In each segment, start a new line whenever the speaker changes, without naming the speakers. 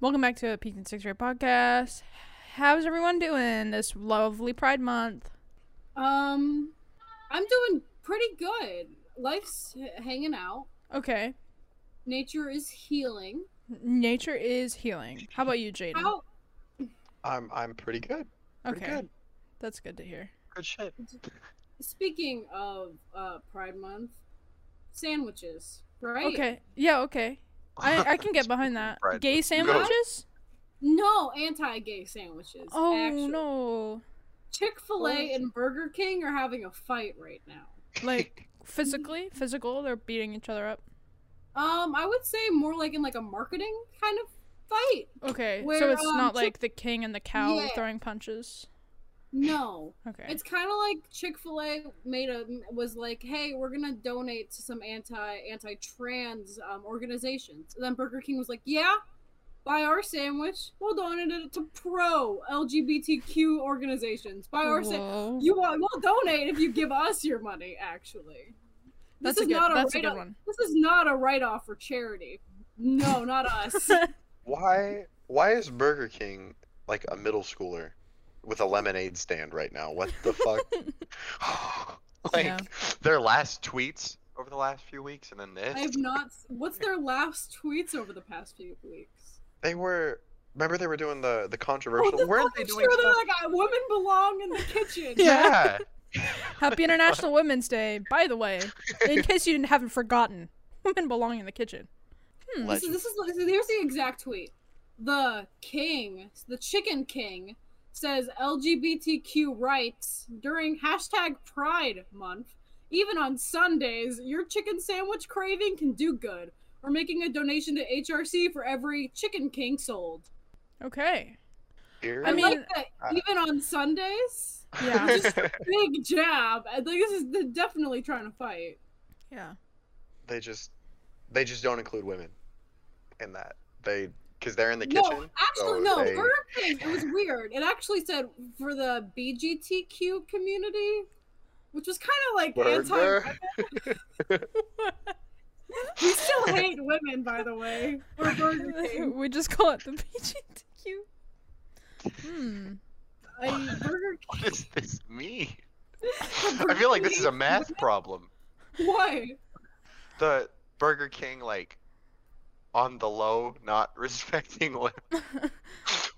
Welcome back to a Peak and Six Ray podcast. How's everyone doing this lovely Pride Month?
Um, I'm doing pretty good. Life's h- hanging out.
Okay,
Nature is healing.
nature is healing. How about you, Jaden?
How?
I'm I'm pretty good. Pretty
okay,
good.
that's good to hear.
Good shit.
Speaking of uh, Pride Month, sandwiches, right?
Okay, yeah, okay. I, I can get behind that.
Pride
Gay
Month. Go.
sandwiches?
No anti-gay sandwiches.
Oh
actually.
no!
Chick Fil A
Oh.
and Burger King are having a fight right now.
Like physically, physical. They're beating each other up.
Um, I would say more like in like a marketing kind of fight.
Okay, so
Where,
it's
um,
not
Chick-
like the king and the cow
Yeah.
throwing punches.
No,
Okay.
It's kind of like Chick Fil A made a was like, hey, we're gonna donate to some anti anti trans um, organizations. And then Burger King was like, yeah, buy our sandwich. We'll donate it to pro LGBTQ organizations. Buy our sandwich.
Whoa.
You want? We'll donate if you give us your money. Actually, this
That's a
is
good.
not a
that's a
write-off-
good one.
This is not a write off for charity. No, not us.
Why why is Burger King like a middle schooler with a lemonade stand right now? What the fuck? like
Yeah.
their last tweets over the last few weeks and then
I
this.
have not. What's their last tweets over the past few weeks?
They were remember they were doing the the controversial
the
weren't
fuck
they
is
doing
sure they're
stuff?
like "Uh, women belong in the kitchen.
Yeah.
Happy International Women's Day, by the way. In case you didn't haven't forgotten, women belong in the kitchen. Hmm.
Let-
This is, this is this is- here's the exact tweet. The king, the chicken king, says LGBTQ rights during hashtag Pride Month. Even on Sundays, your chicken sandwich craving can do good. We're making a donation to HRC for every chicken king sold.
Okay.
Here?
I
I,
mean-
like that.
uh,
even on Sundays,
Yeah.
big jab. I think this is they're definitely trying to fight.
Yeah.
they just they just don't include women in that. They because they're in the
No,
kitchen.
Actually,
so
no.
they-
Burger King. It was weird. It actually said for the BGTQ community, which was kind of like
Burger.
anti. We still hate women, by the way. Or Burger King.
we just call it the PGTQ. Hmm.
I, Burger
What does this mean?
King.
I feel like this is a math problem.
Why?
The Burger King, like, on the low, not respecting women.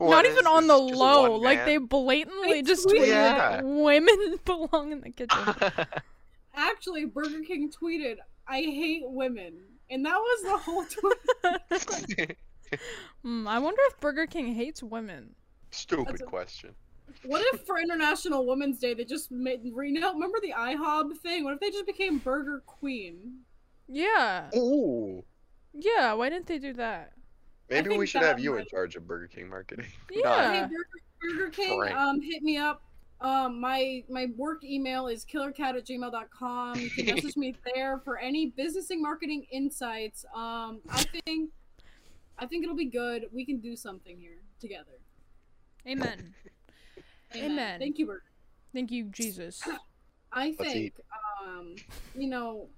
Not even on the low. Like they blatantly
They
just
tweeted
tweeted
it. Yeah.
women belong in the kitchen.
they.
Actually, Burger King tweeted, "I hate women," and that was the whole tweet.
Hmm, I wonder if Burger King hates women.
Stupid
That's a-
question.
What if for International Women's Day they just made? You know, remember the IHOB thing? What if they just became Burger Queen?
Yeah.
Ooh.
Yeah, why didn't they do that?
Maybe we
think
should
that
have you in
might-
charge of Burger King marketing.
Yeah.
Hey, Burger, Burger King,
Frank.
um, hit me up. Um, my my work email is killercat at gmail.com. You can message me there for any business and marketing insights. Um, I think I think it'll be good. We can do something here together.
Amen.
Amen.
Amen.
Thank you, Burger.
Thank you, Jesus.
I
Let's
think um, you know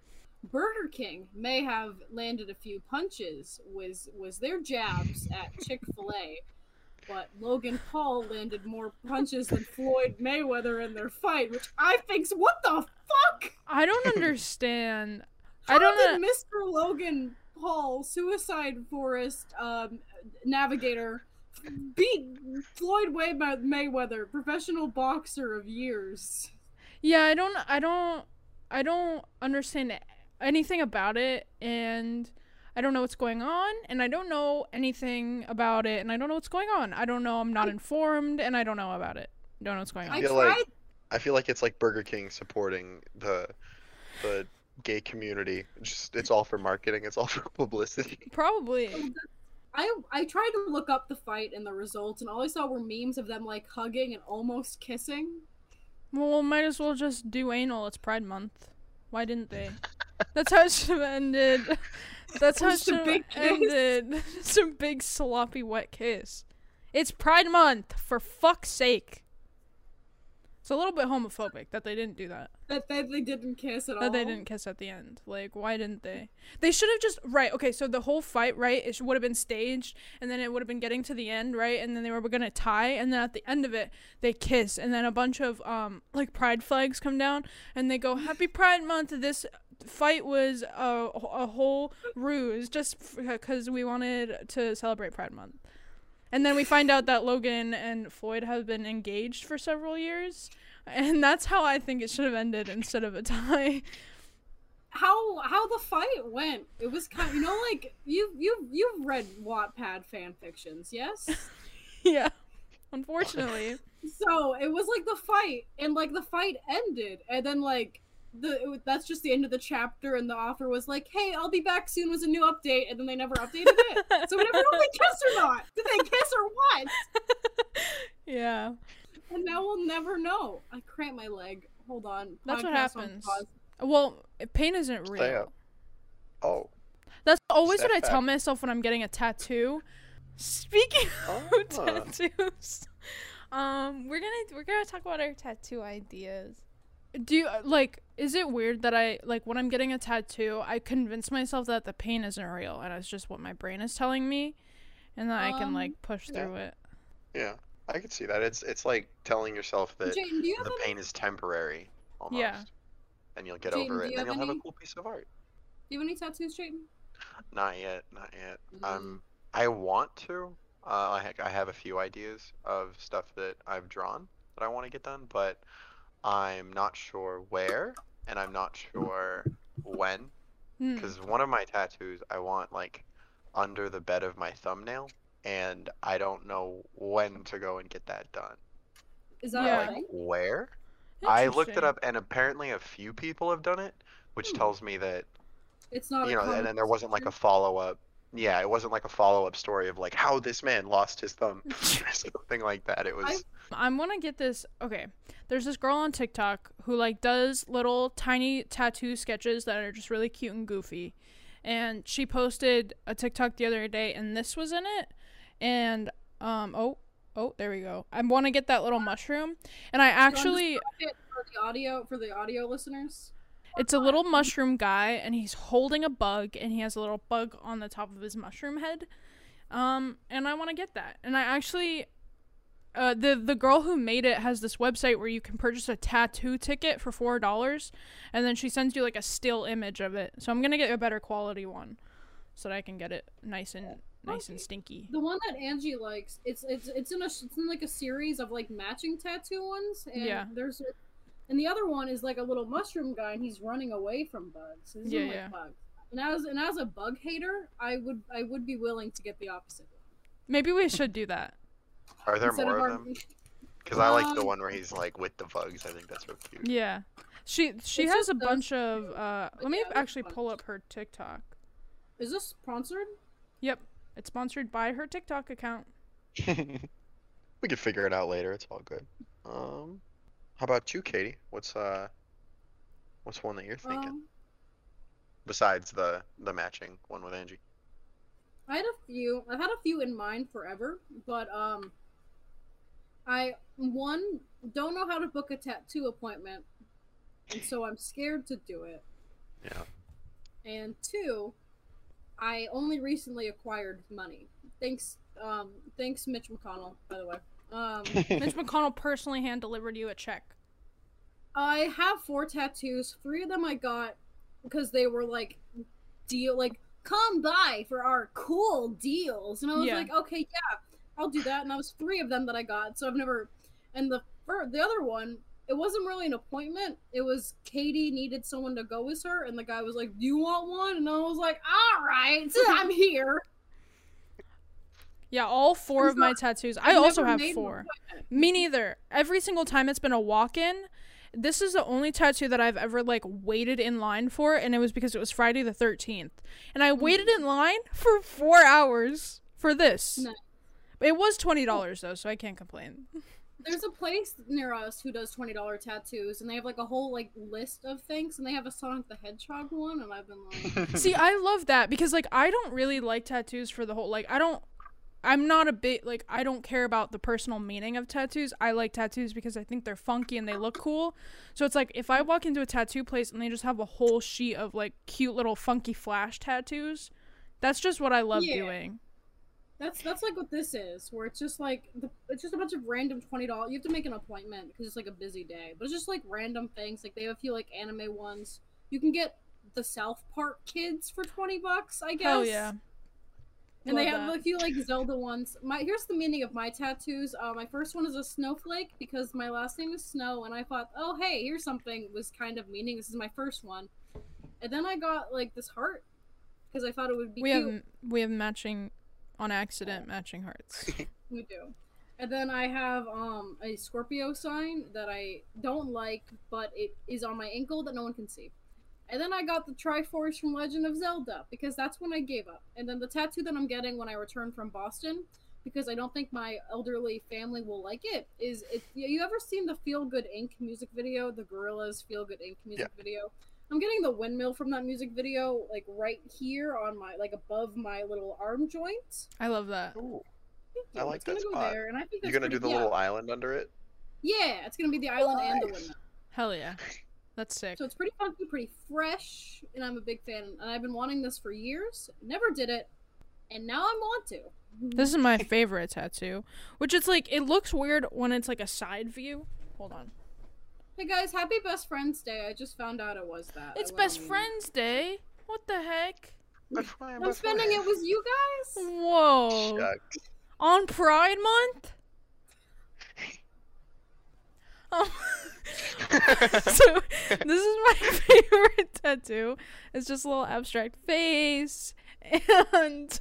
Burger King may have landed a few punches was was their jabs at Chick Fil A, but Logan Paul landed more punches than Floyd Mayweather in their fight, which I think's what the fuck?
I don't understand.
How
I don't know.
did Mr. Logan Paul, Suicide Forest um, navigator, beat Floyd Way- Mayweather, professional boxer of years?
yeah i don't i don't i don't understand anything about it and i don't know what's going on and i don't know anything about it and i don't know what's going on i don't know i'm not informed and i don't know about it don't know what's going on
I
feel
tried
like- I feel like it's like Burger King supporting the the gay community. Just it's all for marketing. It's all for publicity.
probably
I I tried to look up the fight and the results, and all I saw were memes of them like hugging and almost kissing.
well might as well just do anal it's pride month why didn't they that's how it should have ended that's how it
Just a
should have
big kiss.
ended just a big sloppy wet kiss it's pride month for fuck's sake It's a little bit homophobic that they didn't do that.
That they, they didn't kiss at all.
That they didn't kiss at the end. Like, why didn't they? They should have just right. Okay, so the whole fight, right? It would have been staged, and then it would have been getting to the end, right? And then they were gonna tie, and then at the end of it, they kiss, and then a bunch of um like pride flags come down, and they go, "Happy Pride Month." This fight was a, a whole ruse just because we wanted to celebrate Pride Month. And then we find out that Logan and Floyd have been engaged for several years. And that's how I think it should have ended instead of a tie.
How how the fight went? It was kind, you know, like you you you've read Wattpad fan fictions, yes?
yeah, unfortunately.
so it was like the fight, and like the fight ended, and then like the it, that's just the end of the chapter, and the author was like, "Hey, I'll be back soon" was a new update, and then they never updated it, so we never know if they kissed or not. Did they kiss or what?
yeah.
And now we'll never know. I cramp my leg. Hold on.
That's what
Podcast on
happens.
pause.
Well, pain isn't real.
Stay up. Oh.
That's always
Step
what I tell
back.
myself when I'm getting a tattoo. Speaking
Oh.
of tattoos, um, we're gonna we're gonna talk about our tattoo ideas. Do you like? Is it weird that I like when I'm getting a tattoo? I convince myself that the pain isn't real, and it's just what my brain is telling me, and that I can
Um,
like push
yeah.
through it.
Yeah, I could see that. It's it's like telling yourself that
Jayden, do you have
the
any
pain is temporary, almost.
Yeah.
And you'll get
Jayden,
over
do
it,
you
and then
have
you'll have
any?
a cool piece of art.
Do you have any tattoos, Jayden?
Not yet, not yet.
Mm.
Um, I want to. Uh, I ha- I have a few ideas of stuff that I've drawn that I want to get done, but I'm not sure where, and I'm not sure when.
Hmm.
Because one of my tattoos I want like under the bed of my thumbnail, and I don't know when to go and get that done.
Is that
Yeah.
a thing?
Where? I looked it
Interesting.
up, and apparently a few people have done it, which
Hmm. Oh,
tells me that
It's not.
you
a
know, and,
common
and there wasn't like a follow up. Yeah, it wasn't like a follow up story of like how this man lost his thumb or something like that. It was
I want to get this. Okay, there's this girl on TikTok who like does little tiny tattoo sketches that are just really cute and goofy, and she posted a TikTok the other day, and this was in it, and um oh oh there we go. I want to get that little mushroom, and I actually
Fit for the audio for the audio listeners.
it's a little mushroom guy, and he's holding a bug, and he has a little bug on the top of his mushroom head. Um, and I want to get that. And I actually, uh, the the girl who made it has this website where you can purchase a tattoo ticket for four dollars, and then she sends you like a still image of it. So I'm gonna get a better quality one, so that I can get it nice and nice and stinky.
The one that Angie likes, it's it's it's in a it's in like a series of like matching tattoo ones, and
Yeah.
there's, and the other one is like a little mushroom guy, and he's running away from bugs. He's
Yeah,
yeah, like
yeah.
bugs. And as and as a bug hater, I would I would be willing to get the opposite.
Maybe we should do that.
are there
Instead
more of,
our-
them? Because I like the
Um,
one where he's like with the bugs. I think that's real cute.
Yeah, she she
It's
has
just
a
those
bunch of. Uh,
but
let me
yeah, which
actually
one?
pull up her TikTok.
Is this sponsored?
Yep, it's sponsored by her TikTok account.
we could figure it out later. It's all good. Um, how about you, Katie? What's uh, what's one that you're thinking
Um,
besides the the matching one with Angie?
I had a few. I've had a few in mind forever, but um, I one don't know how to book a tattoo appointment, and so I'm scared to do it.
Yeah.
And two, I only recently acquired money. Thanks, um, thanks Mitch McConnell, by the way. Um,
Mitch McConnell personally hand delivered you a check.
I have four tattoos. Three of them I got because they were like deal like come by for our cool deals. And I was
Yeah.
like, okay, yeah, I'll do that. And that was three of them that I got. So I've never and the fir- the other one, it wasn't really an appointment. It was Katie needed someone to go with her and the guy was like, "Do you want one?" And I was like, "All right, since I'm here."
Yeah, all four
I'm
of my
not-
tattoos. I
I've
also
never
have
made an
four.
appointment.
Me neither. Every single time it's been a walk in, this is the only tattoo that I've ever like waited in line for, and it was because it was Friday the 13th. And I waited in line for four hours for this.
Nice.
It was $20 though, so I can't complain.
There's a place near us who does twenty dollar tattoos, and they have like a whole like list of things, and they have a Sonic the Hedgehog one, and I've been like,
See, I love that because like I don't really like tattoos for the whole like I don't I'm not a bit like I don't care about the personal meaning of tattoos. I like tattoos because I think they're funky and they look cool. So it's like if I walk into a tattoo place and they just have a whole sheet of like cute little funky flash tattoos, that's just what I love
Yeah.
doing.
That's that's like what this is, where it's just like the, it's just a bunch of random twenty dollars. You have to make an appointment because it's like a busy day, but it's just like random things. Like they have a few like anime ones. You can get the South Park kids for twenty bucks, I guess.
Hell yeah.
And they
Love
have
that.
a few like Zelda ones. My here's the meaning of my tattoos. Uh, my first one is a snowflake because my last name is Snow, and I thought, oh hey, here's something was kind of meaning. This is my first one, and then I got like this heart because I thought it would be
we
cute.
have we have matching on accident matching hearts.
We do. And then I have um a Scorpio sign that I don't like, but it is on my ankle that no one can see. And then I got the Triforce from Legend of Zelda because that's when I gave up. And then the tattoo that I'm getting when I return from Boston because I don't think my elderly family will like it is it you- you ever seen the Feel Good Inc music video, the Gorillas Feel Good Inc music video? I'm getting the windmill from that music video like right here on my like above my little arm joint.
I love that.
Ooh.
Thank
I
you.
like
It's gonna
that
go
spot.
there, and I think
You
that's
gonna
pretty-
do the
yeah.
little island under it?
Yeah, it's gonna be the island and the
Nice.
window.
Hell yeah. That's sick.
So it's pretty funky, pretty fresh, and I'm a big fan. And I've been wanting this for years, never did it, and now I want to.
This is my favorite tattoo, which it's like it looks weird when it's like a side view. Hold on.
Hey guys, happy Best Friends Day! I just found out it was that. I
It's
went
best
on the-
friends day. What the heck?
That's fine,
I'm
that's
spending
fine.
it with you guys.
Whoa.
Shucks.
On Pride month? Oh. so this is my favorite tattoo. It's just a little abstract face and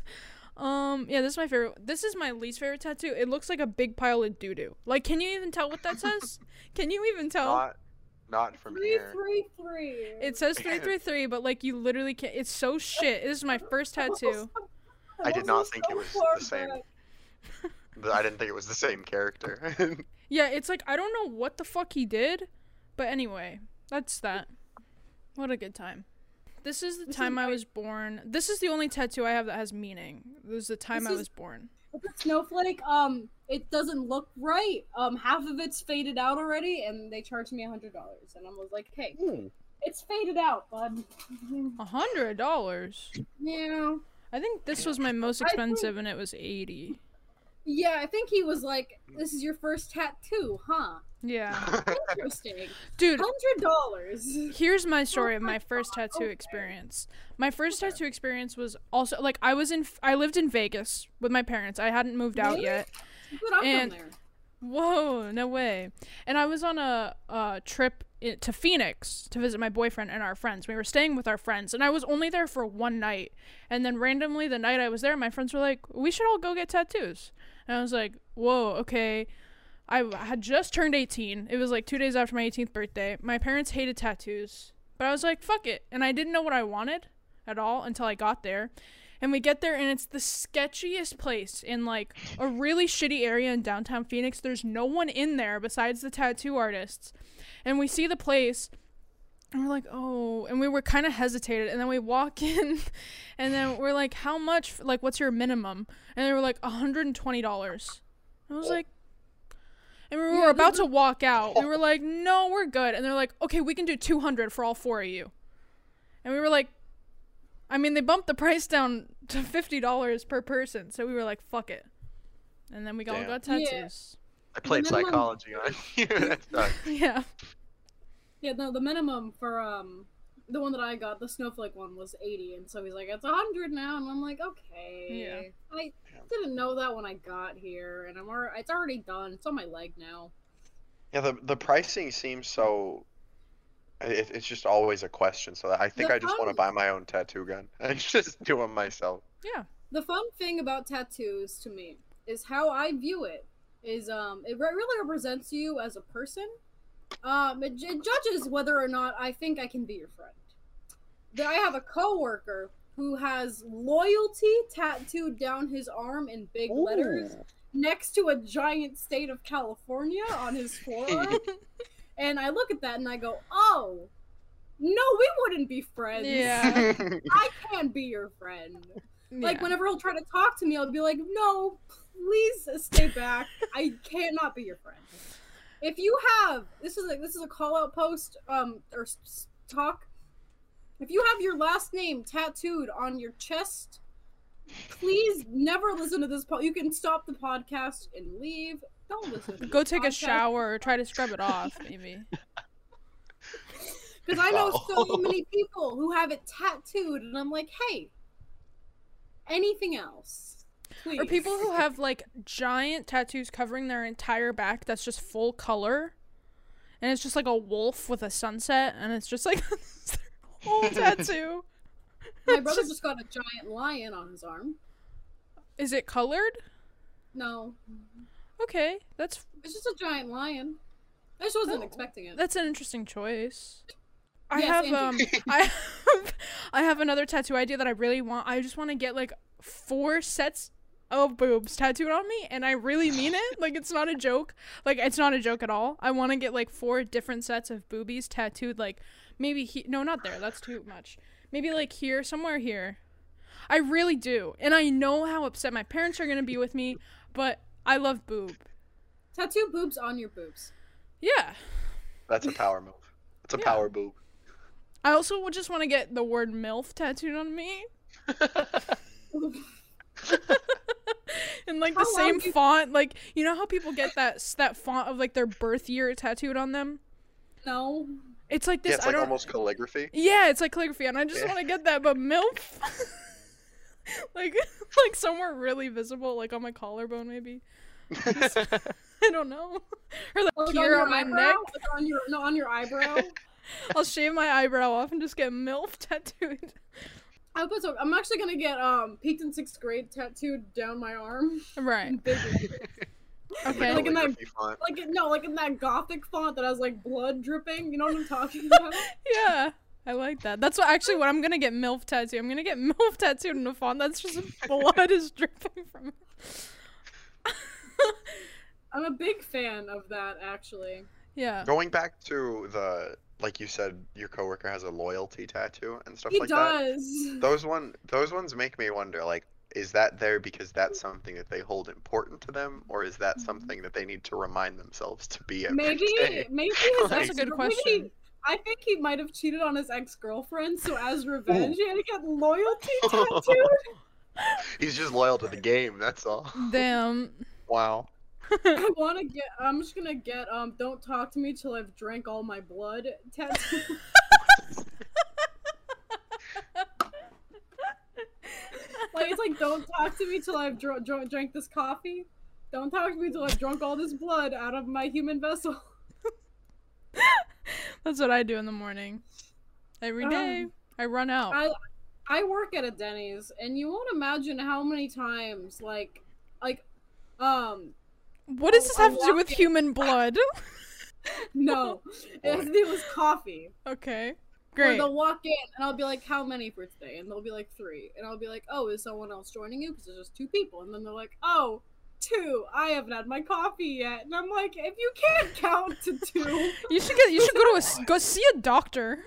um yeah, this is my favorite. This is my least favorite tattoo. It looks like a big pile of doo-doo. Like can you even tell what that says? can you even
Oh.
tell?
Not, not from
Three,
here.
three, three.
It says 333, but like you literally can't. It's so shit. This is my first tattoo.
I did
was
not think it was the
far
same.
back.
But I didn't think it was the same character.
Yeah, it's like I don't know what the fuck he did, but anyway, that's that. What a good time. This is the
This is
time I was born. This is the only tattoo I have that has meaning. This is the time
This
I
is-
was born.
But the snowflake, um, it doesn't look right. Um, half of it's faded out already, and they charged me a hundred dollars, and I was like, hey, it's faded out, bud.
A hundred dollars.
yeah.
I think this was my most
I think-
expensive, and it was eighty.
Yeah, I think he was like, "This is your first tattoo, huh?
Yeah,
Interesting.
dude.
Hundred dollars."
here's my story of
my
my first
God,
tattoo
okay.
experience. My first tattoo experience was also like I was in I lived in Vegas with my parents. I hadn't moved out
Really?
yet.
Good, I'm
And-
from there.
Whoa, no way. And I was on a, uh trip i- to Phoenix to visit my boyfriend and our friends. We were staying with our friends, and I was only there for one night. And then randomly, the night I was there, my friends were like, We should all go get tattoos. And I was like, Whoa, okay. I w- had just turned 18. It was like two days after my 18th birthday. My parents hated tattoos, but I was like, fuck it. And I didn't know what I wanted at all until I got there. And we get there, and it's the sketchiest place in like a really shitty area in downtown Phoenix. There's no one in there besides the tattoo artists. And we see the place, and we're like, oh, and we were kind of hesitated, and then we walk in, and then we're like, how much? Like, what's your minimum? And they were like, hundred and twenty dollars. I was like, and we were
this
about to walk out. We were like, no, we're good. And they're like, okay, we can do two hundred for all four of you. And we were like, I mean, they bumped the price down to fifty dollars per person, so we were like, fuck it. And then we all
Damn.
got
Yeah.
tattoos.
I played
Minimum.
psychology on you. That sucks.
Yeah.
Yeah, no, the minimum for um the one that I got, the snowflake one, was eighty, and so he's like, "It's a hundred now," and I'm like, "Okay." Yeah. I
Yeah.
didn't know that when I got here, and I'm already, it's already done. It's on my leg now.
Yeah, the the pricing seems so. It, it's just always a question. So I think
The
I just want to
problem-
buy my own tattoo gun and just do them myself.
The fun thing about tattoos to me is how I view it is um it re- really represents you as a person. Um it, it judges whether or not I think I can be your friend. That I have a coworker who has loyalty tattooed down his arm in big letters next to a giant state of California on his forearm. and I look at that and I go, "Oh, no, we wouldn't be friends.
Yeah.
I can't be your friend." Like whenever he'll try to talk to me, I'll be like, "No, please stay back. I cannot be your friend." If you have this is a, this is a call out post um or s- s- talk. If you have your last name tattooed on your chest, please never listen to this. Po- you can stop the podcast and leave. Don't listen. To
Go
this
take a
podcast,
shower. Try to scrub it off, maybe.
Because I know so
Wow.
many people who have it tattooed, and I'm like, hey, anything else? Please.
Or people who have like giant tattoos covering their entire back that's just full color. And it's just like a wolf with a sunset and it's just like that's their whole tattoo.
My brother just got a giant lion on his arm.
Is it colored?
No,
Okay. That's
it's just a giant lion. I just wasn't
Oh.
expecting it.
that's an interesting choice. I
Yes,
have um
Angie.
I have I have another tattoo idea that I really want. I just want to get like four sets of boobs tattooed on me and I really mean it. Like it's not a joke. Like it's not a joke at all. I want to get like four different sets of boobies tattooed like maybe he no not there. That's too much. Maybe like here somewhere here. I really do. And I know how upset my parents are going to be with me, but I love boob.
Tattoo boobs on your boobs.
Yeah.
That's a power move. That's a
Yeah.
power move.
I also would just want to get the word MILF tattooed on me in like the
How
same
long you-
font. Like you know how people get that s- that font of like their birth year tattooed on them.
No,
It's like this.
yeah, it's
I
like
don't.
almost calligraphy.
Yeah, it's like calligraphy, and I just
Yeah.
want to get that. But MILF, like like somewhere really visible, like on my collarbone maybe. I don't know. Or like
Well, it's
here on my
eyebrow,
neck.
it's on your no, on your eyebrow.
I'll shave my eyebrow off and just get MILF tattooed.
I put some, I'm actually gonna get um peaked in sixth grade tattooed down my arm.
Right.
Big
Okay.
Like in that-
Calligraphy font.
like it- no, like in that gothic font that has like blood dripping. You know what I'm talking about?
Yeah, I like that. That's what actually what I'm gonna get MILF tattoo. I'm gonna get MILF tattooed in a font that's just blood is dripping from it.
I'm a big fan of that actually.
Yeah.
Going back to the like you said, your coworker has a loyalty tattoo and stuff
he
like that.
does.
Those one, those ones make me wonder. Like, is that there because that's something that they hold important to them, or is
Mm-hmm.
that something that they need to remind themselves to be every
Maybe
day?
maybe his
That's a
ex-
good
maybe-
question.
I think he might have cheated on his ex girlfriend, so as revenge, he had to get loyalty tattooed.
He's just loyal to the game. That's all.
Damn.
Wow.
I want to get. I'm just gonna get. Um, don't talk to me till I've drank all my blood. Tattoo. like it's like don't talk to me till I've dr- dr- drank this coffee. Don't talk to me till I've drunk all this blood out of my human vessel.
That's what I do in the morning. Every
Um,
day. I run out.
I I work at a Denny's, and you won't imagine how many times like like um
what does this
I
have to do with
walk in-
human blood?
no it has to do with coffee.
okay.
Or
Great.
they'll walk in and I'll be like, "How many for today?" And they'll be like, three. And I'll be like, "Oh, is someone else joining you?" Because there's just two people. And then they're like, "Oh, two. I haven't had my coffee yet." And I'm like, "If you can't count to two,
You should get you should go to a s- go see a doctor.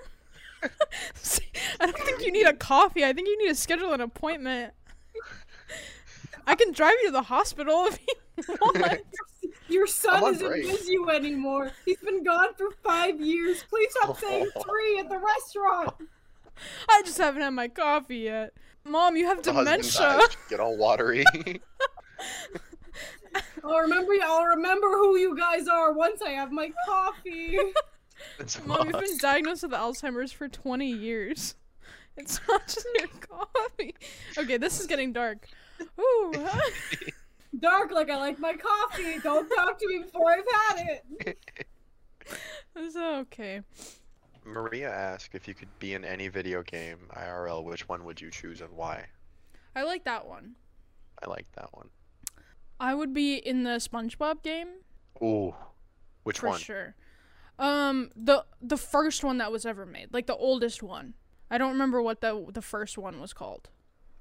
See, I don't think you need a coffee. I think you need to schedule an appointment. I can drive you to the hospital if you want.
your son
I'm on
isn't
break.
with you anymore. He's been gone for five years. Please stop saying three at the restaurant."
I just haven't had my coffee yet. Mom, you have
The husband
dementia.
dies, Get all watery.
I'll remember. I'll remember who you guys are once I have my coffee.
It's
Mom, you've
fine.
been diagnosed with Alzheimer's for 20 years. It's not just your coffee. Okay, this is getting dark. Ooh.
Dark like I like my coffee. Don't talk to me before I've had it.
It's okay.
Maria asked if you could be in any video game IRL. Which one would you choose and why?
I like that one.
I like that one.
I would be in the SpongeBob game
Ooh, which
for
one?
sure. Um, the the first one that was ever made, like the oldest one. I don't remember what the the first one was called.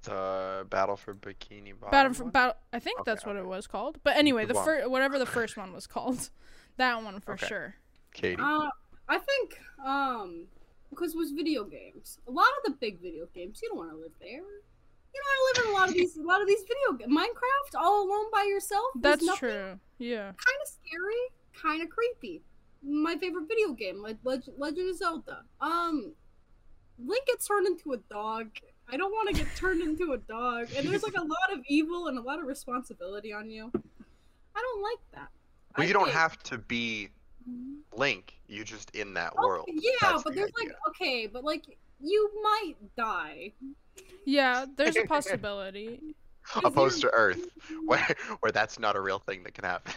The Battle for Bikini Bottom.
Battle for
one?
Battle. I think
Okay,
that's what it was called. But anyway, the
Good one.
first whatever the first one was called, that one for
Okay.
sure.
Katie.
Uh, I think um because it was video games. A lot of the big video games, you don't want to live there. You don't want lot of these a lot of these video ga- Minecraft all alone by yourself. is
That's
nothing-
true. Yeah.
kind of scary, kind of creepy. My favorite video game, like Leg- Legend of Zelda. Um, Link gets turned into a dog. I don't want to get turned into a dog. And there's like a lot of evil and a lot of responsibility on you. I don't like that. I
Well, you don't
think- Mm-hmm.
have to be Link. You just in that world.
Okay, yeah,
That's
but
the
there's like
idea.
okay, but like you might die.
Yeah, there's a possibility.
there's
opposed to Earth, where where that's not a real thing that can happen.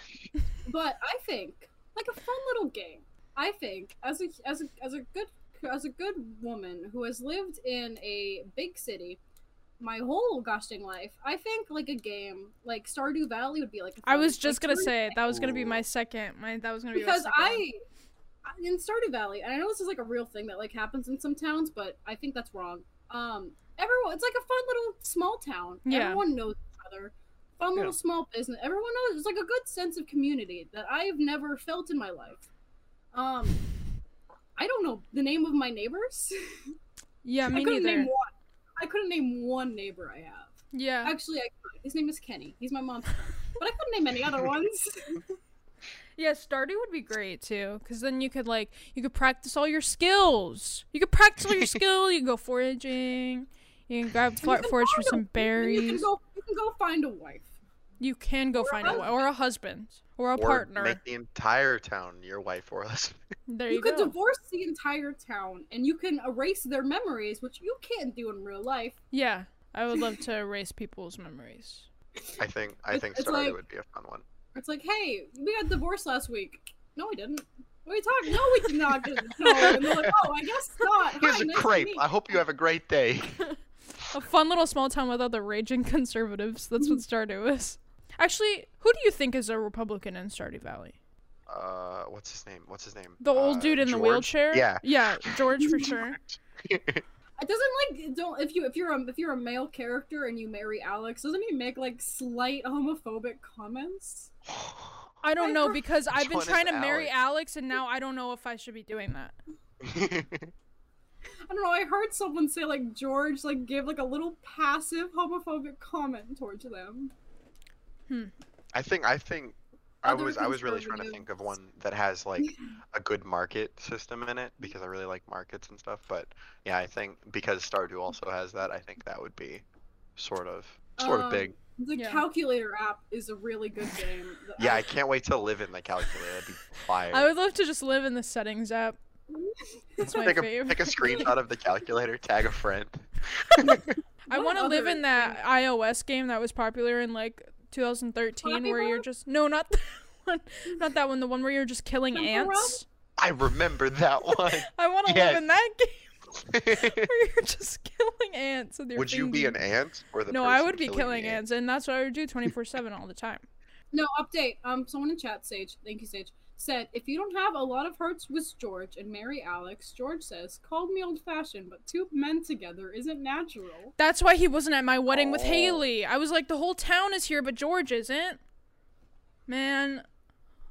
But I think like a fun little game. I think as a as a as a good as a good woman who has lived in a big city my whole gosh dang life, I think like a game like Stardew Valley would be like. a
I
fun-
was just
like,
gonna say that was gonna be
Ooh.
my second. My that was gonna be my
because
second one.
I I- in Stardew Valley, and I know this is like a real thing that like happens in some towns, but I think that's wrong. Um, everyone, it's like a fun little small town.
Yeah.
Everyone knows each other. Fun little
Yeah.
small business. Everyone knows. It's like a good sense of community that I have never felt in my life. Um, I don't know the name of my neighbors.
Yeah,
I
me
couldn't
neither.
name one. I couldn't name one neighbor I have.
Yeah,
Actually, I could. His name is Kenny. He's my mom's friend. But I couldn't name any other ones.
yeah. Stardew would be great too, because then you could like you could practice all your skills. You could practice all your skill. You can go foraging. You can grab
And you
for-
can
forage for
find a-
some
and
berries.
You can go. You can go find a wife.
go
or a
find a wi- or a husband or a
or
partner.
make the entire town your wife or husband.
There
You,
you,
could
go.
divorce the entire town, and you can erase their memories, which you can't do in real life.
yeah, I would love to erase people's memories.
I think I
It's-
think
it's
Stardew
like-
would be a fun one.
It's like, hey, we got divorced last week. No, we didn't. What are you talking? No, we did not. Get, no, and they're like, oh, I guess not.
Here's
Hi,
a
nice to
crepe. uh."
meet
I hope you have a great day.
A fun little small town with other raging conservatives. That's what Stardew is. Actually, who do you think is a Republican in Stardew Valley?
Uh, what's his name? What's his name?
The old
Uh,
dude in the
George?
wheelchair.
Yeah.
yeah, George for sure.
It doesn't like don't if you if you're a if you're a male character and you marry Alex, doesn't he make like slight homophobic comments?
I don't know because I've
Which
been
one is
trying to marry Alex, and now I don't know if I should be doing that.
I don't know. I heard someone say like George like give like a little passive homophobic comment towards them.
I think I think I
Other
was I was really trying to
conservative-
think of one that has like a good market system in it because I really like markets and stuff. But yeah, I think because Stardew also has that, I think that would be sort of sort
Um,
of big.
The
Yeah.
calculator app is a really good game. that
Yeah, I can't wait to live in the calculator. That'd be fire.
I would love to just live in the settings app. That's my
take a
fave.
take a screenshot of the calculator, tag a friend.
I
What
want to live
other
in that iOS game that was popular in like 2013,
Flappy
where you're
Bird?
just no, not that one, not that one. The one where you're just killing
Temple
ants.
I remember that one.
I want to live
Yes.
in that game where you're just killing ants with your.
would you be an
fingers.
ant or the
No, I
person
would be
the
killing
ant?
ants, and that's what I would do 24/7 all the time.
No update. Um, someone in chat, Sage. Thank you, Sage. Said if you don't have a lot of hearts with George and marry Alex, George says, "Called me old fashioned, but two men together isn't natural."
That's why he wasn't at my wedding with
Oh.
Haley. I was like, the whole town is here, but George isn't. Man,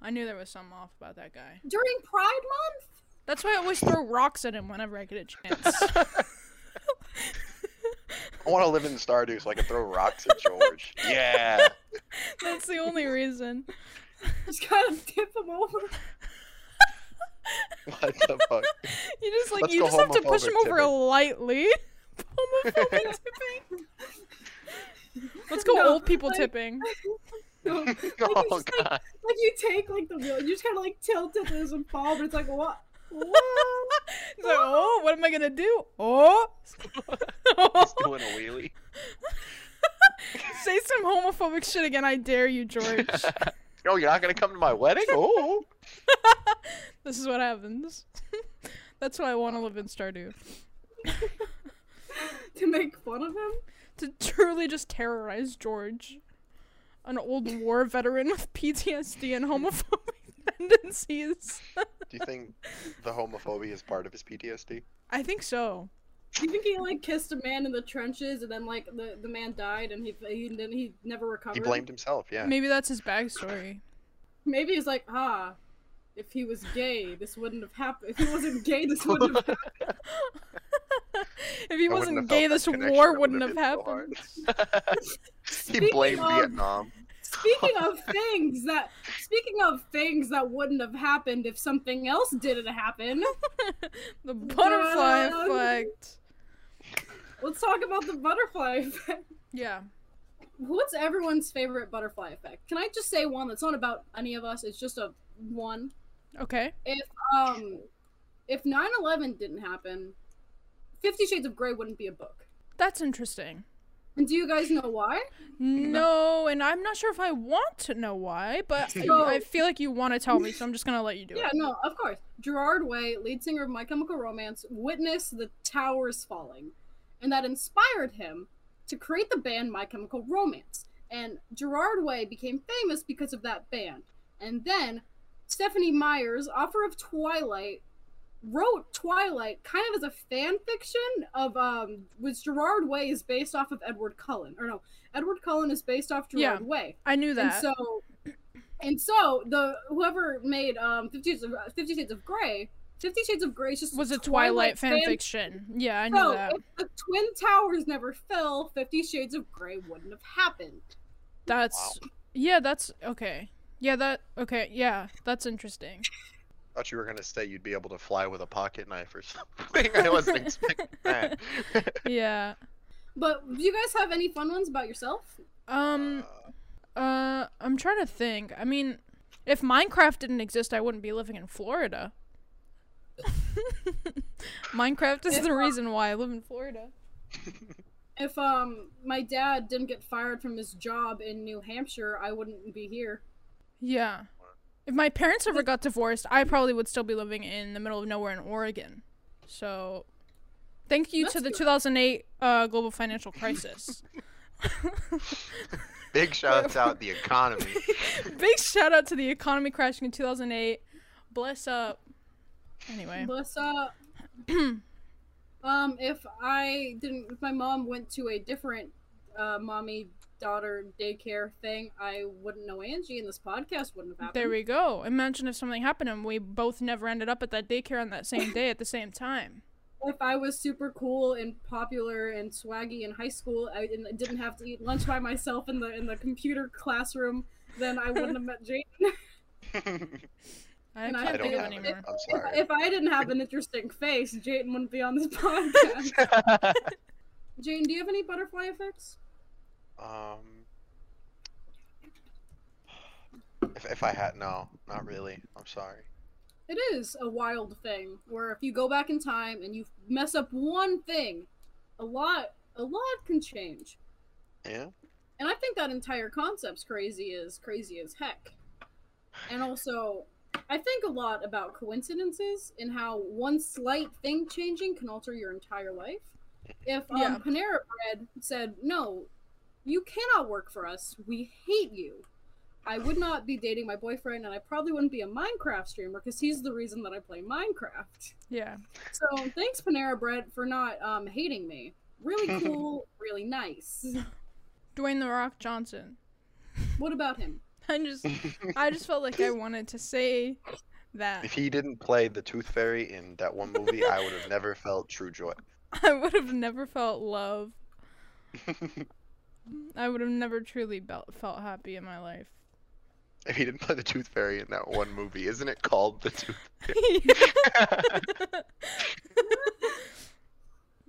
I knew there was something off about that guy.
During Pride Month,
That's why I always throw rocks at him whenever I get a chance.
I want to live in Stardew so I can throw rocks at George. yeah.
That's the only reason.
just gotta tip him over.
What the fuck?
You just like
Let's
you
go
just have to push
homophobic
him over
tipping.
lightly. Homophobic tipping. Let's go
No,
old people
like-
tipping.
No, like
Oh
you just like,
god.
like you take like the wheel, you just kind of like tilt it, there's a fall, but it's like what?
He's like, oh, what am I gonna do? Oh,
oh.
He's doing a wheelie.
say some homophobic shit again. I dare you, George.
Oh, you're not gonna come to my wedding? Oh.
This is what happens. That's why I want to live in Stardew.
To make fun of him?
To truly just terrorize George, an old war veteran with PTSD and homophobic tendencies.
Do you think the homophobia is part of his PTSD?
I think so.
You think he like kissed a man in the trenches and then like the, the man died and he he then he never recovered?
He blamed himself, yeah.
Maybe that's his backstory.
Maybe he's like, ah, if he was gay, this wouldn't have happened. If he wasn't gay, this wouldn't have happened.
if he
I wouldn't
wasn't
have
gay,
felt that
this
connection.
war
It
wouldn't
would've
have happened.
been so hard. he
Speaking
blamed
of-
Vietnam.
Speaking of things that speaking of things that wouldn't have happened if something else didn't happen,
The butterfly
Yeah.
effect.
let's talk about the butterfly effect.
Yeah.
What's everyone's favorite butterfly effect? Can I just say one that's not about any of us? It's just a one.
Okay.
Um if 9/11 didn't happen, 50 Shades of Grey wouldn't be a book.
That's interesting.
And do you guys know why?
No, and I'm not sure if I want to know why, but I-
So-
I feel like you want to tell me, so I'm just gonna let you do
Yeah,
it.
no, of course. Gerard Way, lead singer of My Chemical Romance, witnessed the towers falling, and that inspired him to create the band My Chemical Romance. And Gerard Way became famous because of that band. And then Stephanie Myers, author of Twilight, wrote Twilight kind of as a fan fiction of um was Gerard Way is based off of Edward Cullen. Or no, Edward Cullen is based off Gerard Way.
I knew that.
And so, and so the whoever made um Fifty Shades of, Fifty Shades of Grey, Fifty Shades of Grey is just
was a Twilight,
fan-
fanfiction. Yeah, I knew
So
that.
if the Twin Towers never fell, Fifty Shades of Grey wouldn't have happened.
That's yeah, that's okay. Yeah, that okay. Yeah, that's interesting.
thought you were gonna say you'd be able to fly with a pocket knife or something. I wasn't expecting that.
Yeah.
But do you guys have any fun ones about yourself?
Um.
Uh,
Uh. I'm trying to think. I mean, if Minecraft didn't exist, I wouldn't be living in Florida. Minecraft is
If,
the
uh,
reason why I live in Florida.
If um my dad didn't get fired from his job in New Hampshire, I wouldn't be here.
Yeah. If my parents ever got divorced, I probably would still be living in the middle of nowhere in Oregon. So, thank you to
That's
the
good.
2008 uh, global financial crisis.
big shouts out the economy.
Big shout out to the economy crashing in 2008. Bless up. Anyway.
Bless up. um, if I didn't, if my mom went to a different uh, mommy daughter daycare thing, I wouldn't know Angie, and this podcast wouldn't have happened.
There we go. Imagine if something happened and we both never ended up at that daycare on that same day at the same time.
if I was super cool and popular and swaggy in high school, I and I didn't have to eat lunch by myself in the in the computer classroom, then I wouldn't have met Jane.
I
And I
can't think
I don't
of
have
anymore.
it. I'm
If,
sorry.
if I didn't have an interesting face, Jayden wouldn't be on this podcast. Jane, do you have any butterfly effects?
um, if, if I had no, not really. I'm sorry.
It is a wild thing where if you go back in time and you mess up one thing, a lot a lot can change.
Yeah.
And I think that entire concept's crazy as crazy as heck. And also I think a lot about coincidences and how one slight thing changing can alter your entire life. If um,
Yeah.
Panera Bread said, "No, you cannot work for us. We hate you." I would not be dating my boyfriend, and I probably wouldn't be a Minecraft streamer because he's the reason that I play Minecraft.
Yeah.
So thanks, Panera Bread, for not um, hating me. Really cool, really nice.
Dwayne The Rock Johnson.
What about him?
I just I just felt like I wanted to say that.
If he didn't play the Tooth Fairy in that one movie, I would have never felt true joy.
I would have never felt love. I would have never truly belt, felt happy in my life.
if he didn't play the Tooth Fairy in that one movie, isn't it called the Tooth?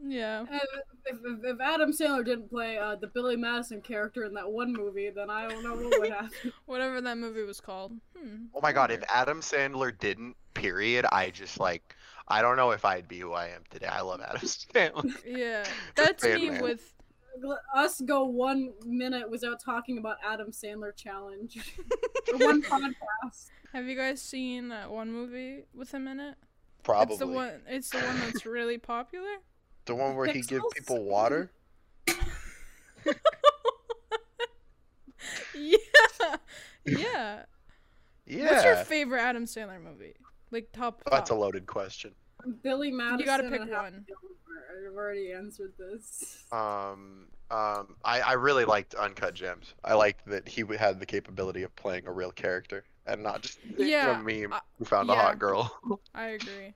yeah.
If, if, if Adam Sandler didn't play uh, the Billy Madison character in that one movie, then I don't know what would happen.
Whatever that movie was called. Hmm.
Oh my God! If Adam Sandler didn't, period, I just like I don't know if I'd be who I am today. I love Adam Sandler.
Yeah. That's
Fan
me
man.
with
Us go one minute without talking about Adam Sandler challenge. or one podcast.
Have you guys seen that one movie with him in it?
Probably
It's the one it's the one that's really popular.
The one where he gives
Pixels?
people water.
Yeah. Yeah.
Yeah, Oh,
What's your favorite Adam Sandler movie? Like top
that's a
five.
loaded question.
Billy Madison.
You gotta pick
and Happy
one.
Gilmore. I've already answered this.
Um, um, I I really liked Uncut Gems. I liked that he w- had the capability of playing a real character and not just
Yeah,
a meme
I-
who found a
yeah.
hot girl.
I agree.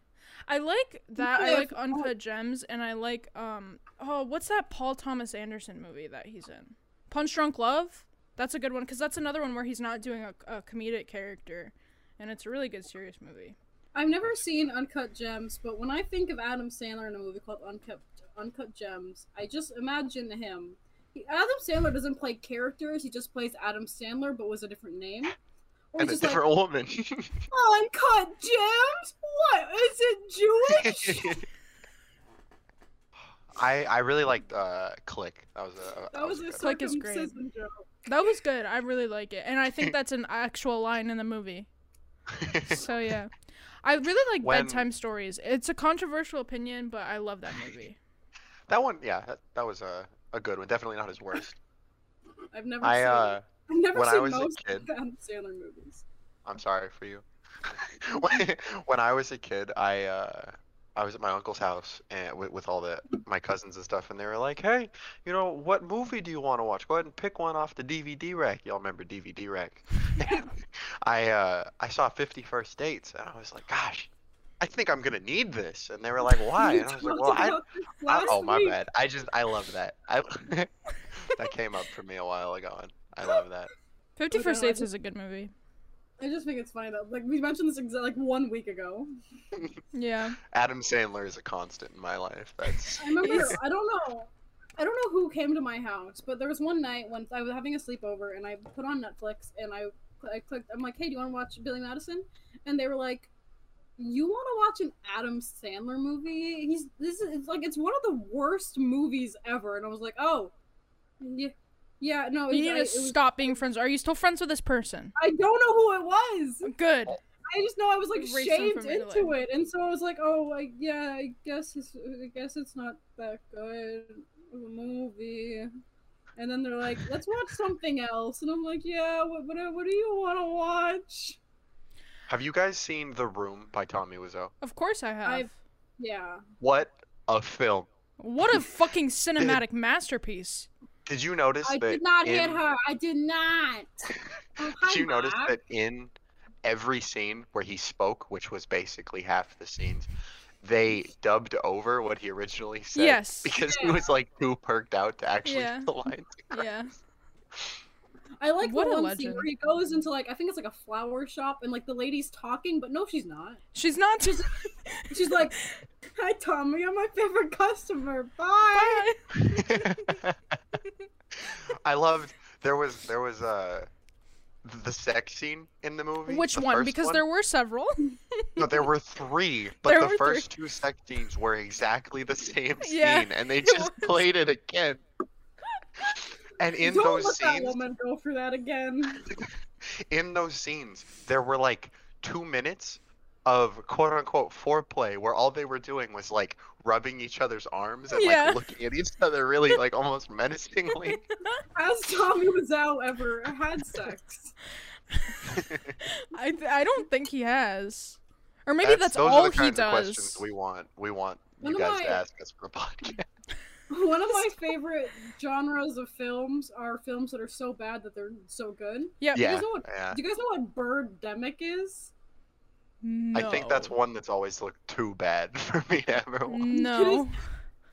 I like that. I
Yeah.
like Uncut Gems, and I like um. Oh, what's that Paul Thomas Anderson movie that he's in? Punch Drunk Love. That's a good one because that's another one where he's not doing a, a comedic character, and it's a really good serious movie.
I've never seen Uncut Gems, but when I think of Adam Sandler in a movie called Uncut Uncut Gems, I just imagine him. He, Adam Sandler doesn't play characters; he just plays Adam Sandler, but with a different name. Or
and
he's
a
just like
different woman.
Uncut Gems. What is it Jewish?
I I really liked uh, Click. That was a that,
that was a
good.
Click is great.
circumcision joke.
That was good. I really like it, and I think that's an actual line in the movie. So yeah, I really like
When-
bedtime stories. It's a controversial opinion, but I love that movie.
that one. Yeah, that, that was a a good one. Definitely not his worst.
I've never
I
seen.
uh,
I've never
when I
seen
was a
most
kid-
of the Adam Sandler movies.
I'm sorry for you. when, when I was a kid, I uh, I was at my uncle's house and with, with all the my cousins and stuff, and they were like, "Hey, you know, what movie do you want to watch? Go ahead and pick one off the DVD rack." Y'all remember DVD rack? I uh, I saw Fifty First Dates, and I was like, "Gosh, I think I'm gonna need this." And they were like, "Why?"
We
And I was like,
talked
"Well, I,
about this
I
last
oh my
week.
bad. I just I love that. I that came up for me a while ago, and I love that."
Fifty First
no, I
Dates
just-
is a good movie.
I just think it's funny that like we mentioned this exa- like one week ago.
Yeah,
Adam Sandler is a constant in my life. That's
I remember. I don't know. I don't know who came to my house, but there was one night when I was having a sleepover and I put on Netflix and I, I clicked. I'm like, hey, do you want to watch Billy Madison? And they were like, you want to watch an Adam Sandler movie? He's this is it's like it's one of the worst movies ever. And I was like, oh, yeah, yeah, no, it,
you
I,
need
it
to
was-
stop being friends. Are you still friends with this person?
I don't know who it was.
Good.
I just know I was like
Erase them
shaved
from your
into it, and so I was like, oh, I, yeah, I guess it's, I guess it's not that good of a movie. And then they're like, let's watch something else, and I'm like, yeah, what, what, what do you want to watch?
Have you guys seen The Room by Tommy Wiseau?
Of course I have.
I've- Yeah,
What a film!
What a fucking cinematic masterpiece.
Did you notice
I
that?
did not hit
in-
her. I did not. Oh,
Did
hi,
you notice
Mark.
that in every scene where he spoke, which was basically half the scenes, they dubbed over what he originally said?
Yes.
Because he was like too perked out to actually
Yeah.
get the lines.
Yeah.
I like
What
the
a
one scene
legend.
where he goes into like I think it's like a flower shop, and like the lady's talking, but no, she's not.
She's not just
She's like, hi, Tommy, you're my favorite customer. Bye.
I loved. There was there was uh, the sex scene in the movie.
which
the
one
first
because there were several.
No, there were three, but
There
the
were three.
first two sex scenes were exactly the same scene,
Yeah,
and they
it
just played it again. And in
Don't
those
let that
scenes,
woman go through that again.
in those scenes, there were like two minutes of quote unquote foreplay where all they were doing was like rubbing each other's arms and
Yeah.
like looking at each other really like almost menacingly.
Has Tommy Wiseau ever had sex?
I I don't think he has. Or maybe that's,
those
all
are the
he
kinds of questions
does.
we want. We want
One
you
of
guys to
my-
ask us for a podcast.
One of my favorite genres of films are films that are so bad that they're so good.
Yep.
Do you
Yeah,
guys know what,
yeah.
do you guys know what Birdemic is?
No.
I think that's one that's always looked too bad for me to ever watch.
No.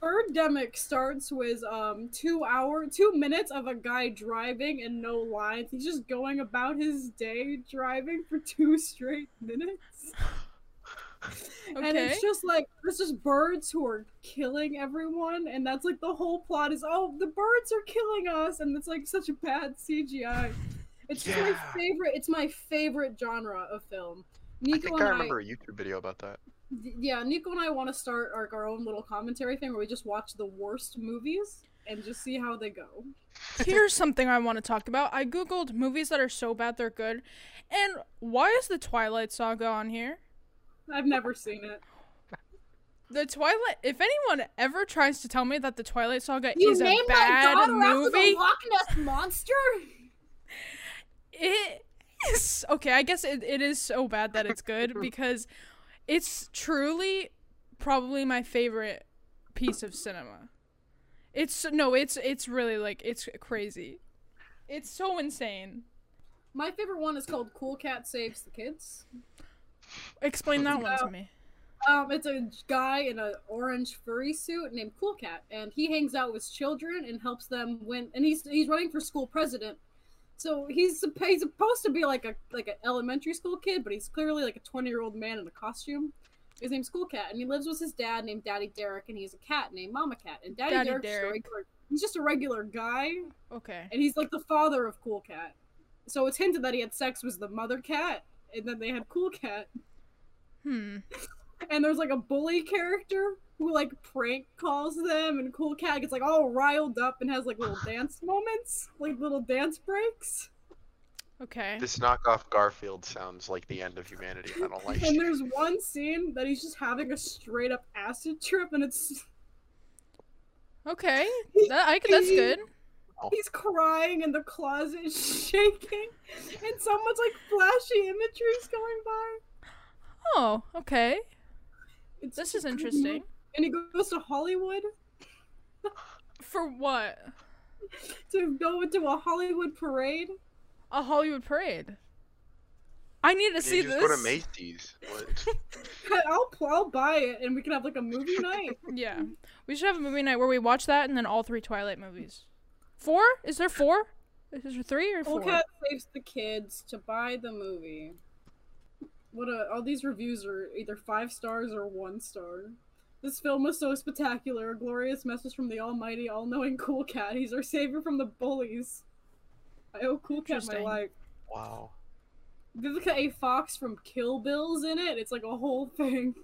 Birdemic starts with um two hour two minutes of a guy driving and no lines. He's just going about his day driving for two straight minutes. And
Okay.
it's just like there's just birds who are killing everyone, and that's like the whole plot is oh the birds are killing us, and it's like such a bad CGI. It's just my
Yeah.
favorite. It's my favorite genre of film.
I
Nico
think I
and
remember a YouTube video about that.
I, yeah, Nico and I want to start our, our own little commentary thing where we just watch the worst movies and just see how they go.
Here's something I want to talk about. I googled movies that are so bad they're good, and why is the Twilight Saga on here?
I've never seen it.
The Twilight. If anyone ever tries to tell me that the Twilight Saga
You
is a
named my
bad
daughter after
movie,
the Loch Ness monster.
it is okay. I guess it, it is so bad that it's good because it's truly probably my favorite piece of cinema. It's no, it's it's really like it's crazy. It's so insane.
My favorite one is called Cool Cat Saves the Kids.
Explain that one to
Wow.
me.
Um, it's a guy in an orange furry suit named Cool Cat, and he hangs out with children and helps them win. And he's he's running for school president, so he's supp- he's supposed to be like a like an elementary school kid, but he's clearly like a twenty year old man in a costume. His name's Cool Cat, and he lives with his dad named Daddy Derek, and he has a cat named Mama Cat. And Daddy,
Daddy
Derek's just a
Derek.
regular- he's just a regular guy,
Okay.
and he's like the father of Cool Cat. So it's hinted that he had sex with the mother cat, and then they had Cool Cat.
Hmm.
And there's like a bully character who like prank calls them, and Cool Cat gets like all riled up and has like little dance moments, like little dance breaks.
Okay.
This knockoff Garfield sounds like the end of humanity. and I don't like
And
it.
there's one scene that he's just having a straight up acid trip, and it's
Okay. That I, c- that's good.
he's crying in the closet, shaking, and someone's like flashy imageries going by.
Oh, okay.
It's
This is
just a good movie.
interesting.
And he goes to Hollywood
For what?
to go into a Hollywood parade.
A Hollywood parade. I need to
You
see
just
this.
go to Macy's. What?
I'll I'll buy it, and we can have like a movie night.
Yeah. Mm-hmm. We should have a movie night where we watch that and then all three Twilight movies. Four? Is there four? Is there three or
Cool
four?
Cat saves the kids to buy the movie. What a, all these reviews are either five stars or one star. This film was so spectacular, a glorious message from the almighty, all-knowing Cool Cat. He's our savior from the bullies. I owe Cool Cat my
Interesting.
life.
wow.
Vivica A. Fox from Kill Bill's in it. It's like a whole thing.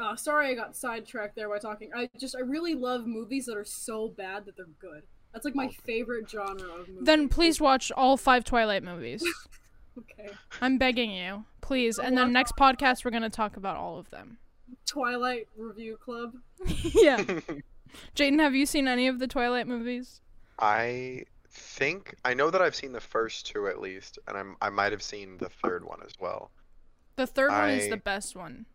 Uh, sorry, I got sidetracked there by talking. I just I really love movies that are so bad that they're good. That's like my
Okay.
favorite genre of movies.
Oh. Then please watch all five Twilight movies.
Okay.
I'm begging you. Please.
I'll
And then
watch
next podcast, we're going to talk about all of them.
Twilight Review Club.
yeah. Jaden, have you seen any of the Twilight movies?
I think I know that I've seen the first two at least, and I'm I might have seen the third one as well.
The third one is the
I-
best one.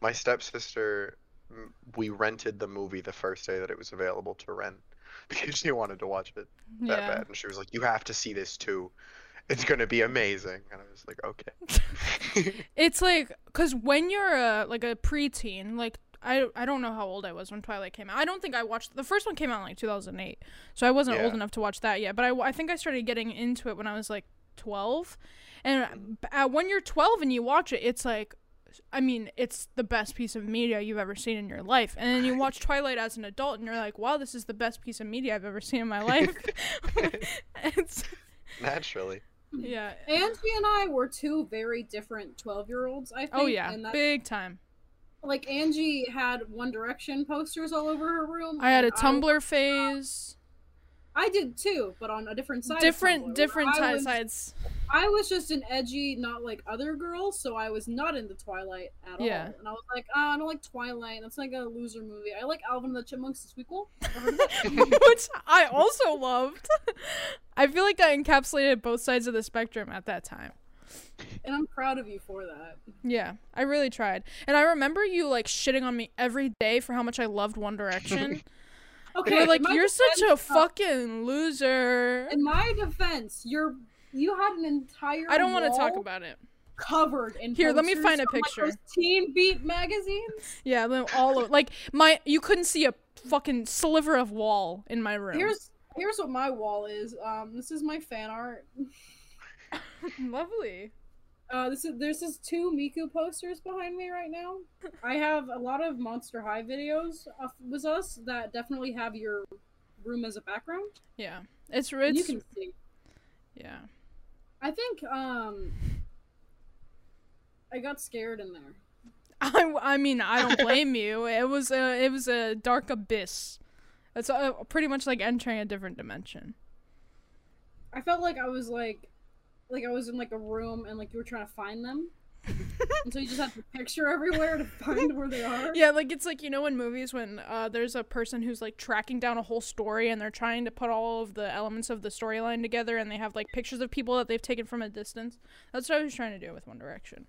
My stepsister, m- we rented the movie the first day that it was available to rent because she wanted to watch it that
Yeah.
bad, and she was like, "You have to see this too. It's gonna be amazing." And I was like, "Okay."
It's like because when you're a like a preteen, like I I don't know how old I was when Twilight came out. I don't think I watched the first one came out in like 2008, so I wasn't old
Yeah.
enough to watch that yet. But I w- I think I started getting into it when I was like 12, and b- uh, when you're 12 and you watch it, it's like. I mean, it's the best piece of media you've ever seen in your life. And then you watch Twilight as an adult and you're like, wow, this is the best piece of media I've ever seen in my life. it's,
Naturally,
yeah.
Angie and I were two very different 12 year olds, I think.
Oh, yeah.
And that,
Big time.
like, Angie had One Direction posters all over her room.
I had a
and um,
Tumblr phase.
I did too, but on a different side. of Tumblr, where
different different
I
ti-
was,
sides
I was just an edgy, not like other girls, so I was not into Twilight at
Yeah.
all. And I was like, oh, I don't like Twilight. That's like a loser movie. I like Alvin and the Chipmunks, the sequel.
which i also loved i feel like i encapsulated both sides of the spectrum at that time
And I'm proud of you for that.
yeah i really tried and i remember you like shitting on me every day for how much i loved one direction
Okay.
you were like
my
you're such
defense- uh,
a fucking loser
In my defense, you're. You had an entire.
i don't want to talk
wall
about it
covered in
Here, let me
posters
find a
from, like,
picture.
those teen beat magazines.
yeah then all of like my you couldn't see a fucking sliver of wall in my room
Here's here's what my wall is. Um, this is my fan art.
lovely
Uh, this is there's this two Miku posters behind me right now. I have a lot of Monster High videos of, with us that definitely have your room as a background.
yeah it's
And
it's
you can see.
yeah
I think um, I got scared in there.
I, I mean, I don't blame you. It was a it was a dark abyss. It's uh pretty much like entering a different dimension.
I felt like I was like, like I was in like a room and like you were trying to find them. and so you just have to picture everywhere to find where they are.
Yeah, like it's like you know in movies when uh, there's a person who's like tracking down a whole story and they're trying to put all of the elements of the storyline together and they have like pictures of people that they've taken from a distance. That's what I was trying to do with One Direction.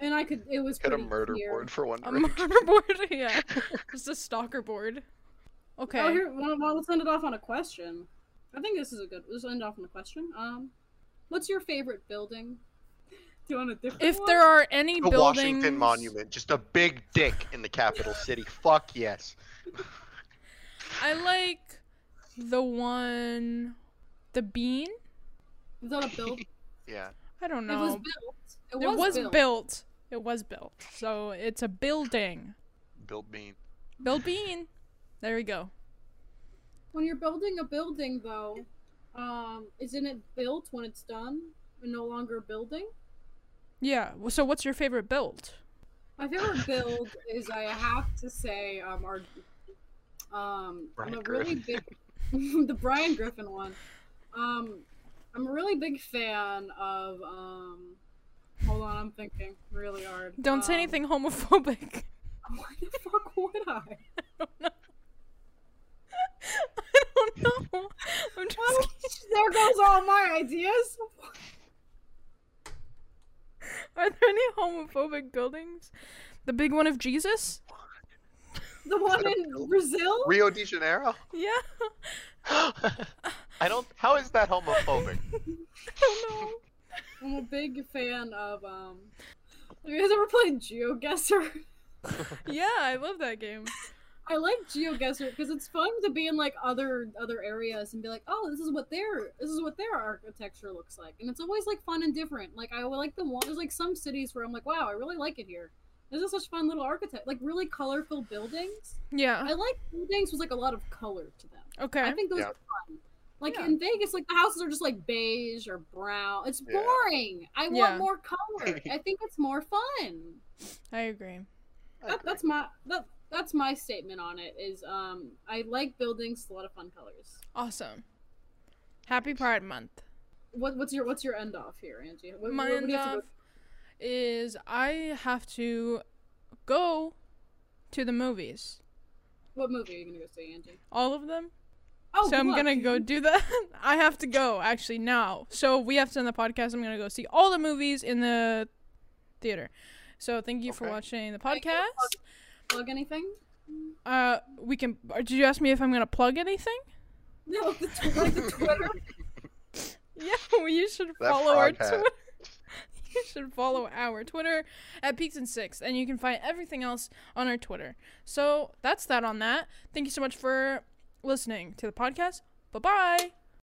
And I could. It was
hit a
pretty
murder
clear.
board for one.
A
direction.
murder board, yeah, just a stalker board. Okay.
Oh, here. Well, well, let's end it off on a question. I think this is a good. Let's end off on a question. Um, what's your favorite building? Doing a different
If
one?
there are any
The
buildings,
Washington Monument, just a big dick in the capital city. Fuck yes.
I like the one, the bean.
Is that a build?
Yeah.
I don't
It was
know.
built. It
It
was, built.
built. It was built. So it's a building.
Built bean.
Build bean. There we go.
When you're building a building, though, um, isn't it built when it's done and no longer a building?
Yeah. w- So what's your favorite build?
My favorite build is I have to say um our um
Brian
I'm a really big the Brian Griffin one. Um I'm a really big fan of um hold on, I'm thinking really hard.
Don't say
Um,
anything homophobic.
Why the fuck would I?
I don't know. I'm just
Oh, there goes all my ideas.
Are there any homophobic buildings? The big one of Jesus?
The one in Brazil?
Rio de Janeiro.
Yeah.
I don't. How is that homophobic?
I don't know.
I'm a big fan of um have you guys ever played GeoGuessr?
Yeah, I love that game.
I like GeoGuessr because it's fun to be in like other other areas and be like, oh, this is what their this is what their architecture looks like, and it's always like fun and different. Like I would like the one there's like some cities where I'm like, wow, I really like it here. This is such fun little architect, like really colorful buildings.
Yeah.
I like buildings with like a lot of color to them. I
Uh. Okay.
think those
Yeah.
are fun. Like
Yeah.
in Vegas, like the houses are just like beige or brown. It's
Yeah.
boring. I want
Yeah.
more color. I think it's more fun
I agree.
that, that's my that that's my statement on it is um i like buildings a lot of fun colors
Awesome. Happy Pride Month.
what, what's your what's your end off here angie what, what-
My
what do
end
you have to
off is I have to go to the movies.
go- what movie are you gonna go see angie
All of them.
oh
so
good
I'm
luck.
gonna go do that. I have to go actually now. So we have to end the podcast. I'm gonna go see all the movies in the theater. So thank you for
Okay.
watching the
Are you gonna
podcast.
plug, plug anything
Uh, we can. or Did you ask me if I'm gonna plug anything?
no the, tw- like the twitter
Yeah, well, you should
That
follow our
frog hat.
Twitter. you should follow our Twitter at Peaks and Six, and you can find everything else on our Twitter. So that's that on that. Thank you so much for listening to the podcast. Bye bye.